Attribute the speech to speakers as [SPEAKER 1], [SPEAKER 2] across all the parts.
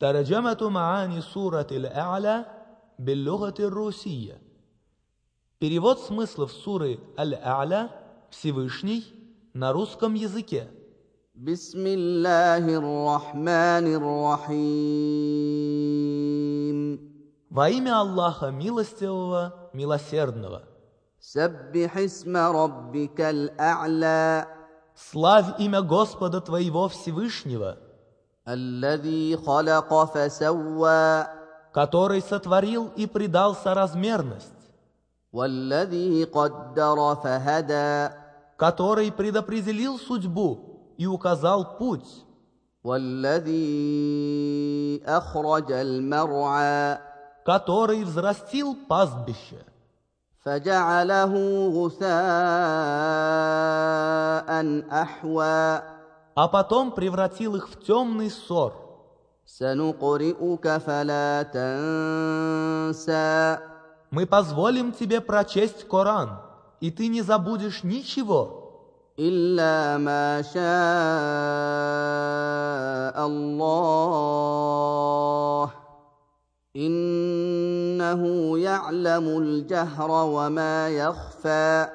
[SPEAKER 1] ترجمة معاني سورة الأعلى باللغة الروسية. Перевод смыслов суры Аль-А'ля «Всевышний» на русском языке.
[SPEAKER 2] بسم الله الرحمن الرحيم
[SPEAKER 1] Во имя Аллаха Милостивого, Милосердного.
[SPEAKER 2] سبح اسم ربك الأعلى
[SPEAKER 1] Славь имя Господа Твоего Всевышнего,
[SPEAKER 2] الذي خلق فسوى
[SPEAKER 1] который сотворил и придал соразмерность,
[SPEAKER 2] والذي قدر فهدى
[SPEAKER 1] который предопределил судьбу и указал путь,
[SPEAKER 2] والذي أخرج المرعى
[SPEAKER 1] который взрастил пастбище,
[SPEAKER 2] فجعله غثاء أحوى
[SPEAKER 1] а потом превратил их в темный ссор.
[SPEAKER 2] سنقرئك فلا تنسى
[SPEAKER 1] Мы позволим тебе прочесть Коран, и ты не забудешь ничего,
[SPEAKER 2] إلا ما شاء الله إنه يعلم الجهر وما يخفى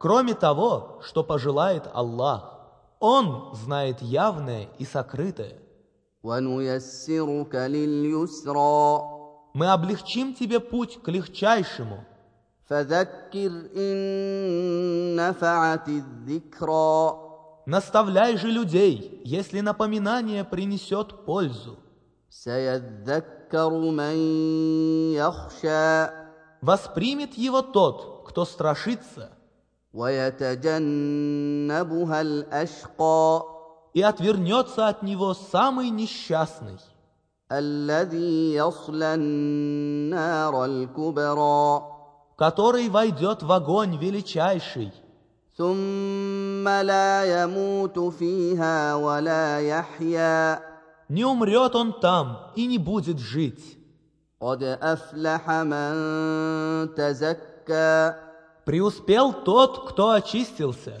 [SPEAKER 1] кроме того, что пожелает Аллах. Он знает явное и сокрытое.
[SPEAKER 2] ونيسرك لليسرى
[SPEAKER 1] Мы облегчим тебе путь к легчайшему.
[SPEAKER 2] فذكر إن نفعت الذكرى
[SPEAKER 1] Наставляй же людей, если напоминание принесет пользу.
[SPEAKER 2] سيذكر من يخشى
[SPEAKER 1] Воспримет его тот, кто страшится,
[SPEAKER 2] ويتجنبها الأشقى
[SPEAKER 1] и отвернется от него самый несчастный,
[SPEAKER 2] الذي يصلى النار الكبرى
[SPEAKER 1] который войдет в огонь величайший,
[SPEAKER 2] ثم لا يموت فيها ولا يحيا
[SPEAKER 1] Не умрет он там и не будет жить.
[SPEAKER 2] قد أفلح من تزكى
[SPEAKER 1] Преуспел тот, кто очистился.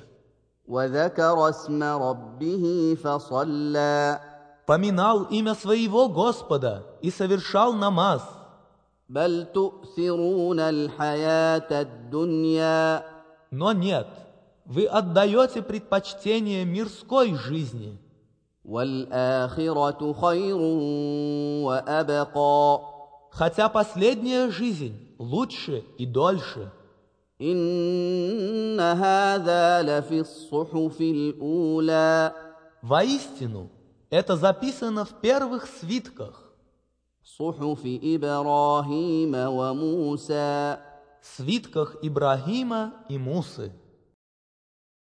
[SPEAKER 2] وذكر اسم ربه فصلى
[SPEAKER 1] Поминал имя своего Господа и совершал намаз.
[SPEAKER 2] بل تؤثرون الحياة الدنيا
[SPEAKER 1] Но нет, вы отдаете предпочтение мирской жизни,
[SPEAKER 2] والآخرة خير وأبقى
[SPEAKER 1] хотя последняя жизнь лучше и дольше.
[SPEAKER 2] إن هذا لفي الصحف الأولى
[SPEAKER 1] Воистину, это записано в первых свитках,
[SPEAKER 2] صحف إبراهيم وموسى
[SPEAKER 1] свитках Ибрагима и Мусы.